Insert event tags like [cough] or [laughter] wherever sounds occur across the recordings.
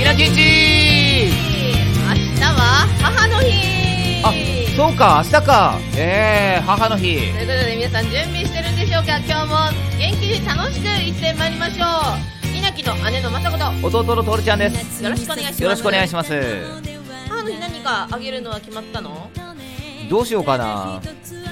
イラケンチ明日は母の日あ、そうか、明日か。えー、母の日。ということで皆さん準備してるんでしょうか今日も元気に楽しく行ってまいりましょう稲城の姉の雅子と弟のトールちゃんです。よろしくお願いしますよろしくお願いします。母の日何かあげるのは決まったのどうしようかな。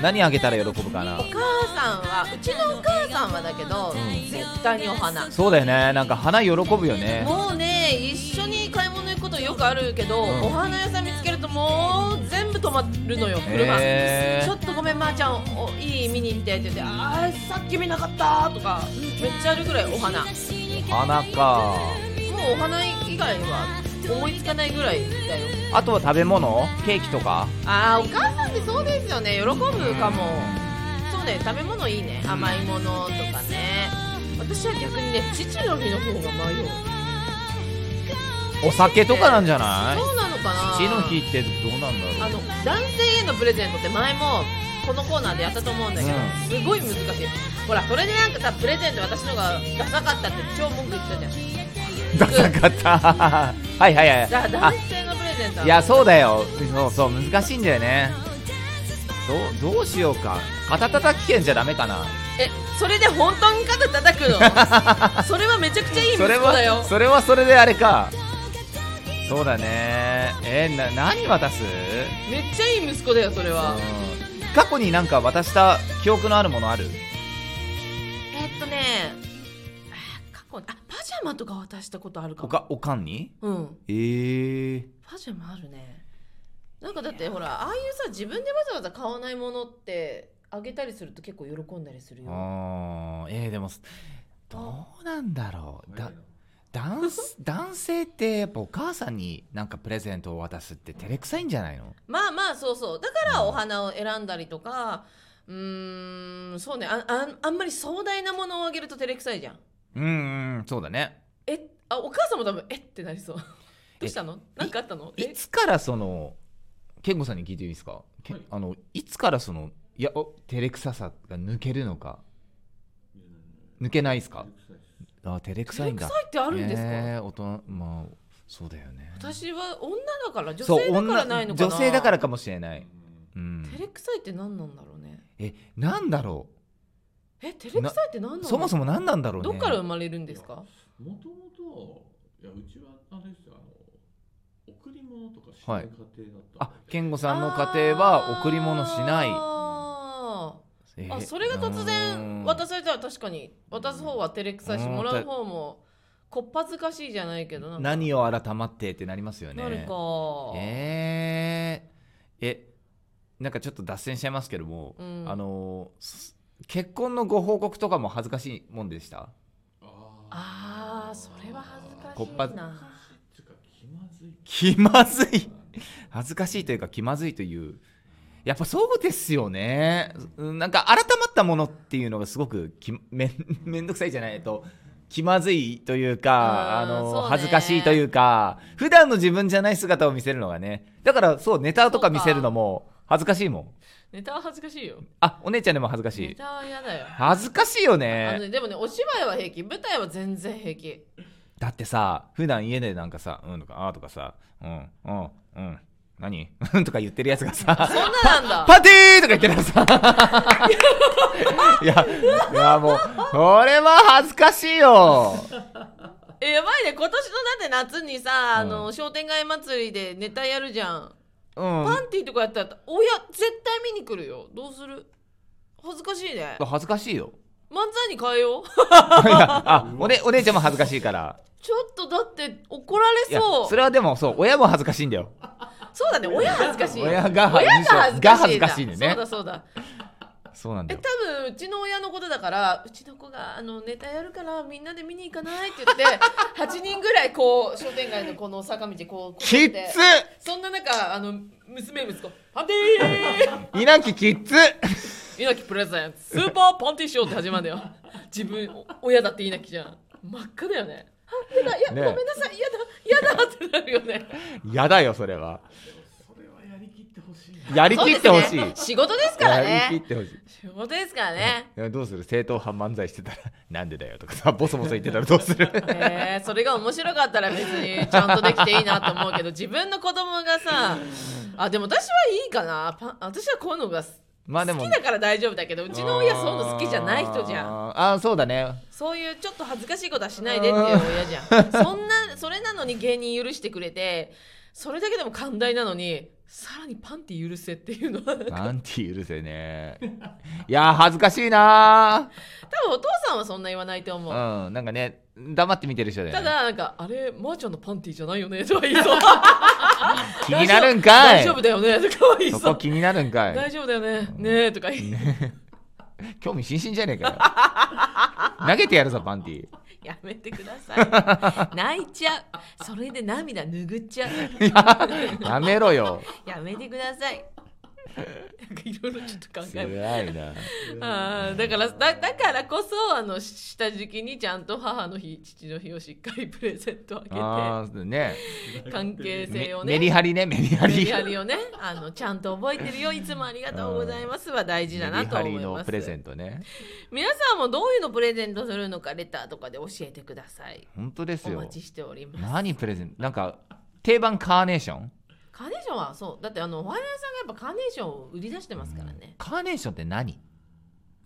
何あげたら喜ぶかなお。母さんはうちのお母さんはだけど、うん絶対にお花そうだよね。なんか花喜ぶよね。もうね一緒に買い物行くことよくあるけど、んお花屋さん見つけるともう全部止まるのよ車、へーちょっとごめんまー、ちゃんおいい見に行ってって言ってあーさっき見なかったとかめっちゃあるぐらいお花も花か。うお花以外は思いつかないぐらいだよあとは食べ物ケーキとかあーお母さんってそうですよね喜ぶかもそうね食べ物いいね甘いものとかね私は逆にね父の日の方が迷うお酒とかなんじゃないそうなのかな父の日ってどうなんだろう。あの男性へのプレゼントって前もこのコーナーでやったと思うんだけど、すごい難しいほらそれでなんかさプレゼント私のがダサかったって超文句言ってたじゃんダサかった。 [laughs] はいはいはい。だ男性のプレゼントあはいや、そうだよ。そうそう、難しいんだよね。どう、どうしようか。肩叩き券じゃダメかな。えそれで本当に肩 [laughs] 叩くのそれはめちゃくちゃいい息そ子れだよは、それはそれであれか。そうだね。えーな、何渡すめっちゃいい息子だよそれはうん過去になんか渡した記憶のあるものあるえっとねあ過去にあパジャマとか渡したことあるかおもか、おかんにうんえー。パジャマあるねなんかだってほらああいうさ自分でわざわざ買わないものってあげたりすると結構喜んだりするよあーえー、でも、どうなんだろう。だ男す男性ってやっぱお母さんになんかプレゼントを渡すって照れくさいんじゃないのまあまあそうそうだからお花を選んだりとかうーんそうねああんあんまり壮大なものをあげると照れくさいじゃんうん、うん、そうだね。えあお母さんも多分えってなりそうどうしたのえなんかあったのいえつからその健吾さんに聞いていいですか、けはいあのいつからそのいやお照れくささが抜けるのか抜けないですかあ照れくさいんだ照れくさいってあるんですかねえ大人まあそうだよね私は女だから女そう性だからないのかな女女性だからかもしれない、うん、照れくさいって何なんだろうねえなんだろえ照れくさいって何なのうそもそも何なんだろうねどっから生まれるんですかもともと、いや、うちはあれですよ、あの、贈り物とかしはないい家庭だったんで。あ健吾さんの家庭は贈り物しないあえーあそれが突然渡されたら確かに渡す方は照れくさいしうんもらう方もこっぱずかしいじゃないけどなんか何を改まってってなりますよねなるか、えー、えなんかちょっと脱線しちゃいますけども、うんあのーす結婚のご報告とかも恥ずかしいもんでした [laughs] あーーそれは恥ずかしいなこっぱず恥ずかしいっていうか気まずい。気まずい恥ずかしいというか気まずいというやっぱそうですよねうんなんか改まったものっていうのがすごくきめんめんどくさいじゃないえっと気まずいというかあうんのそうね恥ずかしいというか普段の自分じゃない姿を見せるのがねだからそうネタとか見せるのも恥ずかしいもんネタは恥ずかしいよあお姉ちゃんでも恥ずかしいネタは嫌だよ恥ずかしいよあのねねでもねお芝居は平気舞台は全然平気だってさ普段家でなんかさ「うん」とか「あー」とかさ「うんうんうん何? 」 [laughs] うんとか言ってるやつがさ [laughs] そんなな「んだ [laughs] パティー!」とか言ってるらさ [laughs] いやいやもうこれは恥ずかしいよえやばいね今年のだって夏にさあの、う商店街祭りでネタやるじゃんうんパンティとかやったら親絶対見に来るよどうする恥ずかしいね恥ずかしい [laughs] よ漫才に変えよう [laughs] いやあお,、ね、お姉ちゃんも恥ずかしいからちょっとだって怒らいれやそうそれはでもそう親も恥ずかしいんだよそうだね親恥ずかしい親が親が恥ずかしいが恥ずかしいんだよねそうだそうだそうなんだえよ多分うちの親のことだからうちの子があのネタやるからみんなで見に行かないって [laughs] 言って8人ぐらいこう商店街のこの坂道こうこうきっってつそんな中あの娘 [laughs] 息子パンティー稲城きっつ稲城プレゼンツスーパーパンティーショーって始まるんだよ自分お親だって稲城じゃん真っ赤だよねあやだいや、ねごめんなさいやだやだってなるよね [laughs] やだよそれはそれはやりきってほほしいなやりきってほしい、そうですね仕事ですからやりねきってほしい仕事ですからねいやどうする正統派漫才してたらなんでだよとかさボ [laughs] ソボソ言ってたらどう [laughs] するえーそれが面白かったら別にちゃんとできていいなと思うけど自分の子供がさあでも私はいいかなパン私はこういうのがすまあでも好きだから大丈夫だけどうちの親そういうの好きじゃない人じゃんあーあーそうだねそういうちょっと恥ずかしいことはしないでっていう親じゃんそんなそれなのに芸人許してくれてそれだけでも寛大なのにさらにパンティ許せっていうのは多分なんて許せねいやー恥ずかしいなお父さんはそんな言わないと思う、ーうんなんかね黙って見てる人だよ、ね、ただなんか「あれまーちゃんのパンティじゃないよね」とは言 [laughs] いそう気になるんかい大丈夫だよねとかは言いそそうこ気になるんか大い丈夫だよねねえとか言い興味津々じゃねえかよ投げてやるぞパンティやめてください泣いちゃうそれで涙拭っちゃうやめろよやめてくださいなんかいろいろちょっと考える辛いなあーだからだだからこそあの下敷きにちゃんと母の日父の日をしっかりプレゼントああーねげて関係性めをねメリハリねメリハメリリハリをねあのちゃんと覚えてるよいつもありがとうございますは大事だなと思いメリハリまのすプレゼントね皆さんもどういうのプレゼントするのかレターとかで教えてください本当ですおよ待ちしております何プレゼントなんか定番カーネーションカーネーションはそうだってあのお花屋さんがやっぱカーネーションを売り出してますからね、カーネーションって何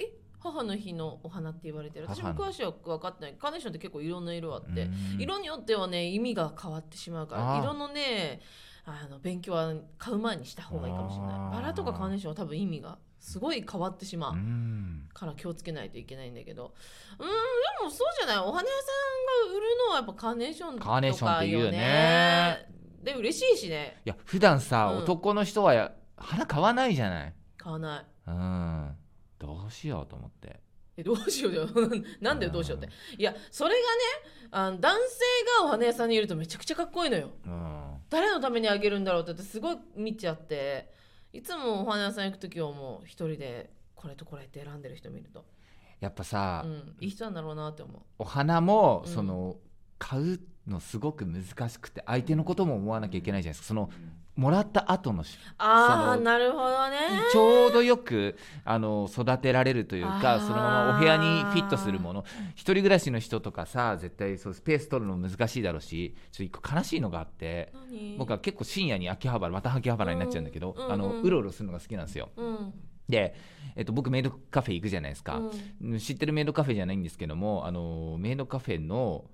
え母の日のお花って言われてる私も母の詳しく分かってないカーネーションって結構いろんな色あって、うん色によってはね意味が変わってしまうかあらあ色のねあの勉強は買う前にした方がいいかもしれあなあいバラとかカーネーションは多分意味がすごい変わってしまう、うんから気をつけないといけないんだけどうーんでもそうじゃないお花屋さんが売るのはやっぱカーネーションとかカーネーションって言うよねで嬉しいしねいや普段さ、うん男の人はや花買わないじゃない買わないうんどうしようと思ってえどうしようよなん [laughs] だよどうしようっていやそれがねあの男性がお花屋さんにいるとめちゃくちゃかっこいいのようん誰のためにあげるんだろうってだってすごい見ちゃっていつもお花屋さん行く時はもう一人でこれとこれって選んでる人見ると、やっぱさ、うん、いい人なんだろうなって思うお花も、うんその買うのすごく難しくて相手のことも思わなきゃいけないじゃないですかそのもらった後のしあそあのなるほどね [laughs] ちょうどよくあの育てられるというあかーそのままお部屋にフィットするもの一人暮らしの人とかさ絶対そうスペース取るの難しいだろうしちょっと一個悲しいのがあって何僕は結構深夜に秋葉原また秋葉原になっちゃうんだけど、うんうんあうのんうろうろするのが好きなんですようんで、えっと、僕メイドカフェ行くじゃないですか、うん知ってるメイドカフェじゃないんですけどもあのメイドカフェの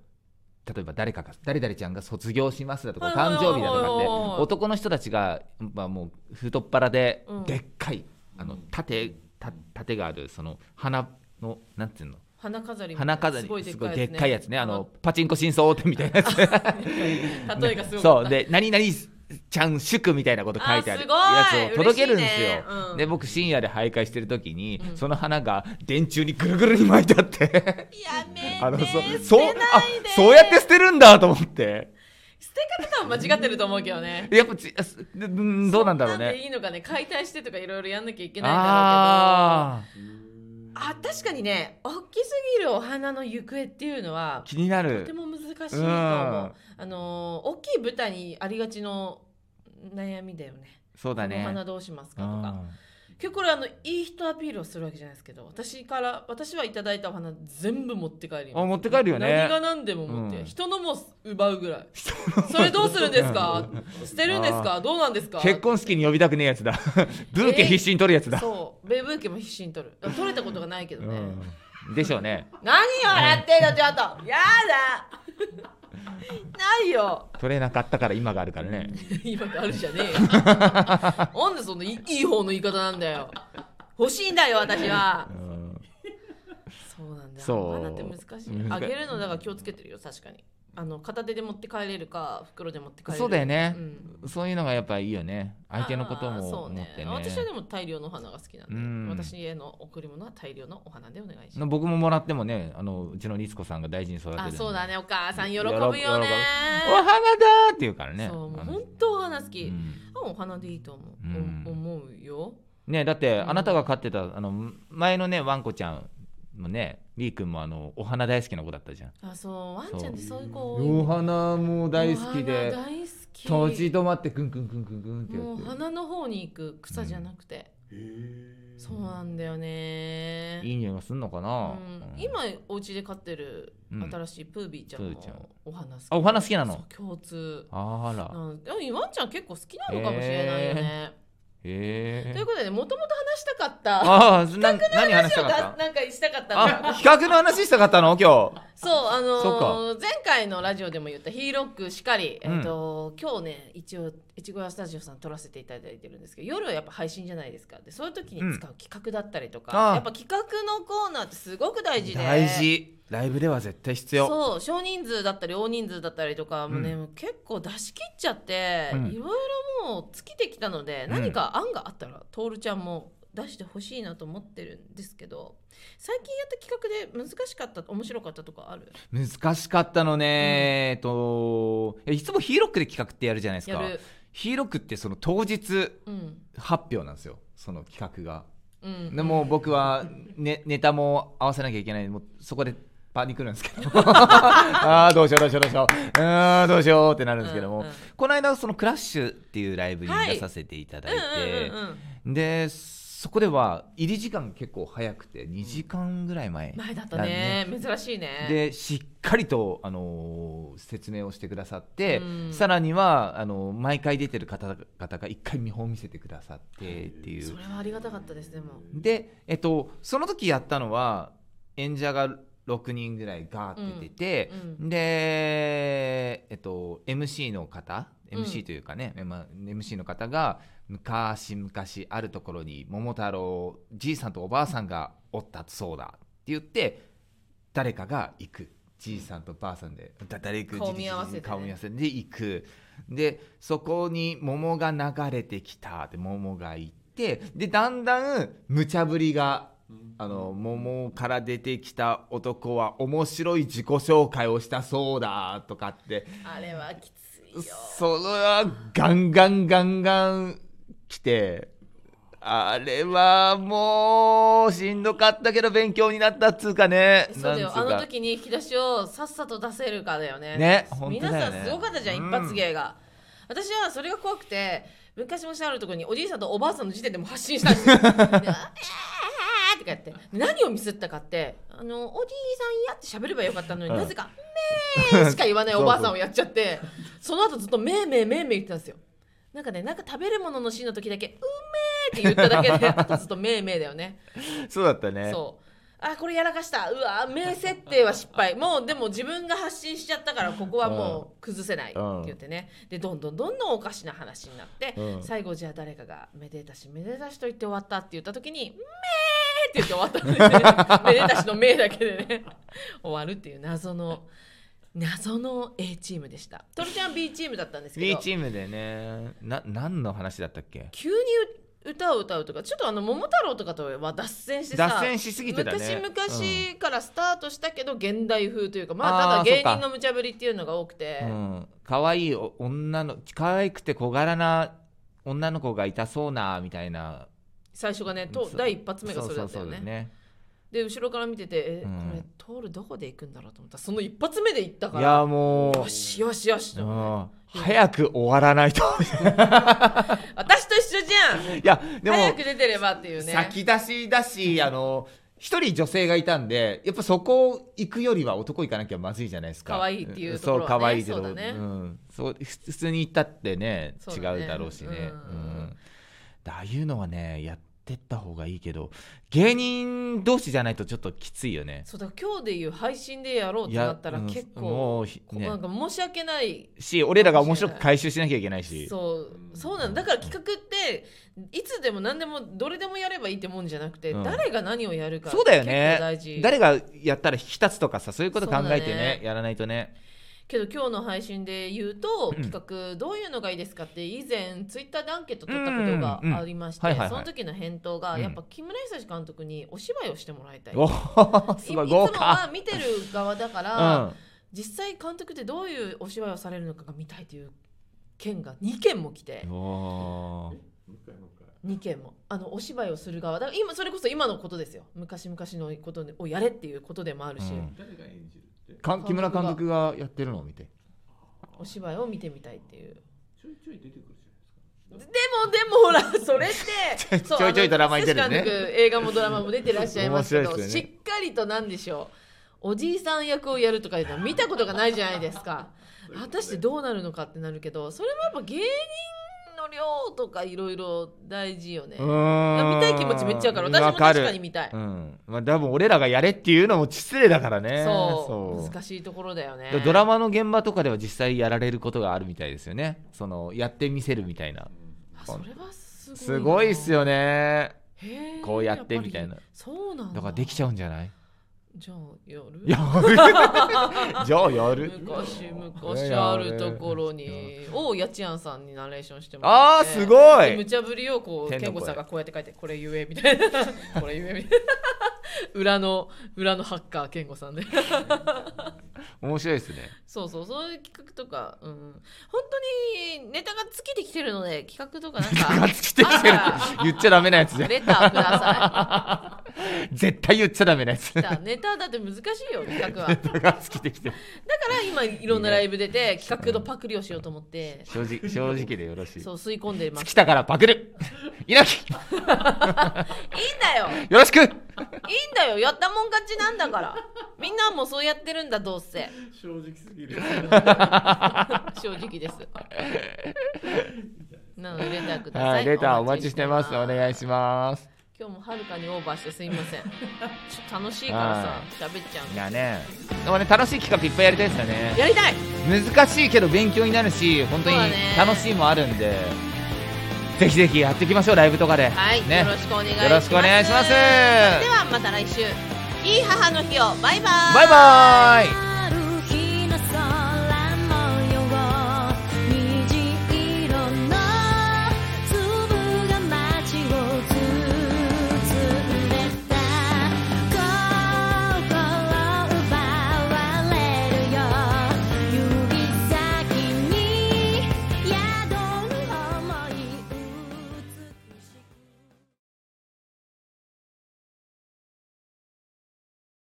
例えば誰かが誰々ちゃんが卒業しますだとかはいはい誕生日だとかっはいてはいはい男の人たちが、まあ、もう太っ腹で、うんでっかいあの盾た盾があるその花のなんていうの花飾りみたいな花飾りすごいすごいでっかいやつねあののパチンコ真相大手みたいなやつ [laughs] [laughs] 例えがすごいそうで何々ちゃん祝みたいなこと書いてあるやあすごいつを届けるんですよ、嬉しいねうんで僕深夜で徘徊してる時に、うんその花が電柱にぐるぐるに巻いてあってやめてあのそう捨そうてあないでそうやって捨てるんだと思って捨て方は間違ってると思うけどねやっぱちあすうんどうなんだろうなんでねいいのかね解体してとかいろいろやんなきゃいけないんだろうけどああ確かにね大きすぎるお花の行方っていうのはー気になとてるも難しいと思う、あのー大きい舞台にありがちの悩みだよねそうだこのおね花どうしますかうとかん結構これあのいい人アピールをするわけじゃないですけど私から私はいただいたお花全部持って帰るよあ持って帰るよね何が何でも持って、うん人のも奪うぐらいそれどうするんで [laughs] すか捨てるんですかどうなんですか結婚式に呼びたくねえや [laughs] つだブーケ必死に取るやつだ、そうベーブーケも必死に取る取れたことがないけどね、うんでしょうね何をやってんのちょっとやだないよ取れなかったから今があるからね [laughs] 今があるじゃねえ [laughs] よなんでそんないいいい方の言い方なんだよ欲しいんだよ私はうんそうなんだよそうお花って難しい難あしいげるのだから気をつけてるよ確かにあの片手で持って帰れるか袋で持って帰れるそうだよねうんそういうのがやっぱいいよね相手のことあーもそう思ってね私はでも大量のお花が好きなうんんで私への贈り物は大量のお花でお願いします僕ももらってもねあのうちの律子さんが大事に育てるんあでそうだねお母さん喜ぶ喜よぶね喜ぶお花だーって言うからねそうもうあの本当お花好うき、んあお花でいいと思う、うんお思うよねだってうんあなたが飼ってたあの前のねワンコちゃんもねりーくんもあのお花大好きな子だったじゃんあそうワンちゃんってそういう子多いお花も大好きおで花大好き閉じ止まってくんくんくんくんくんってやもうっ鼻の方に行く草じゃなくて、へえそうなんだよねていい匂いがすんのかうな、んう、ん今お家で飼ってるうん新しいプービーちゃんプーちゃんもお花好きあお花好きなのそう共通あうらんでもワンちゃん結構好きなのかもしれないよへね、というえことでもともと話したかったああな何話し話たをかがっなんかしたかったたのあ比較の話したかったの今日そうあそのー前回のラジオでも言ったヒーロックしかり、うんえっと今日ね一応越後屋スタジオさん撮らせていただいてるんですけど夜はやっぱ配信じゃないですかでそういう時に使う企画だったりとうんあか、あやっぱ企画のコーナーってすごく大事で大事ライブでは絶対必要そう少人数だったり大人数だったりとかもうね、うんもう結構出し切っちゃって、うんいろいろもう尽きてきたので、うん何か案があったらトールちゃんも出してほしいなと思ってるんですけど最近やった企画で難しかった面白かったとかある難しかったのね、えっとえいつもヒーロックで企画ってやるじゃないですやかるヒーロックってその当日うん発表なんですよその企画がうんでも僕は、ね、ネタも合わせなきゃいけないもうそこでパニクるんですけど [laughs] ああどうしようどうしようどうしよううーんどうしようってなるんですけども、うんうんこの間そのクラッシュっていうライブにはい出させていただいて、うんうんうんうんでそこでは入り時間結構早くて2時間ぐらい前、前だったね珍しいねでしっかりと、あのー説明をしてくださって、うんさらにはあのー毎回出てる方々が一回見本を見せてくださってっていうそれはありがたかったですでもで、えっと、その時やったのは演者が6人ぐらいガーって出て、うんで、えっと、MC の方うん MC というかね、まあ MC の方が昔々あるところに桃太郎じいさんとおばあさんがおったそうだって言って誰かが行くじいさんとばあさんでだ誰行く顔見合わせてね顔見合わせで行くでそこに桃が流れてきたで桃が行ってでだんだん無茶ぶりがあの桃から出てきた男は面白い自己紹介をしたそうだとかってあれはきついよそれはガンガンガンガン来てあれはもうしんどかったけど勉強になったっつうかねそうだなよんつあうかの時に引き出しをさっさと出せるかだよねね本当だよね皆さんすごかったじゃん、うん一発芸が私はそれが怖くて昔もしあるところにおじいさんとおばあさんの時点でもう発信したんです [laughs] よであーあーあーとかやって何をミスったかってあのおじいさんやって喋ればよかったのに、うんなぜか「めー」しか言 [laughs] わないおばあさんをやっちゃってその後ずっと「めーめーめーめー」言ってたんですよなんかねなんか食べるもののシーンの時だけ「うめー」って言っただ [laughs] けであとずっと「めーめー」だよねそうだったねそうあこれやらかしたうわ名設定は失 [laughs] 敗もうでも自分が発信しちゃったからここはもう崩せないって言ってね、でどんどんどんどんおかしな話になって、うん最後じゃあ誰かが「めでたしめでたし」と言って終わったって言った時に「めー!」って言って終わったんですね [laughs] めでたしの「め」だけでね終わるっていう謎の謎の A チームでしたトルちゃん B チームだったんですけど B チームでねな何の話だったっけ急に歌を歌うとかちょっとあの桃太郎とかとは脱線してさ脱線しすぎてたね昔々からスタートしたけど現代風というかまああーただ芸そっか人の無茶ぶりっていうのが多くて、うん、可愛いお女の可愛くて小柄な女の子がいたそうなみたいな最初がねとそう第一発目がそれだったそうそうよねそうだねで後ろから見ててえ、うんこれトールどこで行くんだろうと思ったらその一発目で行ったかいらやもうよしよしよしとう思ってん早く終わらないと [laughs] 私と一緒じゃんいやでも早く出てればっていうね先出しだし [laughs] あの一人女性がいたんでやっぱそこ行くよりは男行かなきゃまずいじゃないですか可愛いっていうところはねそう可愛いけどそうだねん、そうふ普通に行ったってねそう違うだねだろうしね、ううんんああいうのはねやってった方がいいけど芸人同士じゃないとちょっときついよねそうだ今日でいう配信でやろうってなったらうん結構、もうひこねなんか申し訳ないし俺らが面白く回収しなきゃいけないしそうそうなのだから企画っていつでも何でもどれでもやればいいってもんじゃなくて、うん誰が何をやるかそうだよ結構大ね事誰がやったら引き立つとかさそういうこと考えてそうだねねやらないとねけど今日の配信で言うと、うん企画どういうのがいいですかって以前ツイッターでアンケート取ったことがありまして、うんうんはいはいはいその時の返答が、うんやっぱ木村久志監督にお芝居をしてもらいたい。おいーいすつごいも豪は華見てる側だ [laughs] かうら、ん実際監督ってどういうお芝居をされるのかが見たいという件が2件も来ておーもう一回もう一回2件もあのお芝居をする側だから今それこそ今のことですよ昔々のことをやれっていうことでもあるうし、ん誰が演じるってかん木村監督がやってるのを見てお芝居を見てみたいっていうちょいちょい出てくるじゃないですか。でもでもほらそれってょ [laughs] ちょいちょいドラマに出るねそうあのセシカンク映画もドラマも出てらっしゃいますけど面白いですしよっねかりとなんでしょうおじいさん役をやるとかいうのは見たことがないじゃないですか果たしてどうなるのかってなるけどそれもやっぱ芸人の量とかいろいろ大事よねうーん見たい気持ちめっちゃわかる私わも確かに見たいうんまあ、多分俺らがやれっていうのも失礼だからねそそうう難しいところだよねでドラマの現場とかでは実際やられることがあるみたいですよねそのやってみせるみたいなあそれはすごいなすごいっすよねへえこうやってみたいなっぱりそうなんだだからできちゃうんじゃ [laughs] ないじゃあやるや [laughs] るじゃあやる昔昔あるところにをやちやんさんにナレーションしてもあらっあてすいごい無茶ぶりをこう天の声健吾さんがこうやって書いてこれ言えみたいなこれ言えみたいな [laughs] 裏の裏のハッカー健吾さんで面白いですね [laughs] そうそうそういう企画とかうん本当にネタが尽きてきてるので企画とかなんガかッツきてきてるあ言っちゃダメなやつじゃんレターくださ [laughs] 絶対言っちゃダメなやついだからネタだって難しいよ企画はだかガッツきてきてるら今いろんなライブ出て企画のパクリをしようと思って正 [laughs] 直正直でよろしいそう吸い込んでます来たからパクる稲城よいいんだよろしくいいんだよやったもん勝ちなんだからみんなもうそうやってるんだど [laughs] うせ正直すぎる。正 [laughs] 直ですなのでレターください、はいレターお待ちしてますお願いすします今日もはるかにオーバーしてすいませんちょっと楽しいからさ喋っちゃいやねでもね楽しい企画いっぱいやりたいですよねうやりたい難しいけど勉強になるし本当にそうだね楽しいもあるんで、ぜひぜひやっていきましょうライブとかではい、ねよろしくお願いしまよすろしくお願いしますではまた来週いい母の日をバイバーイバイバーイ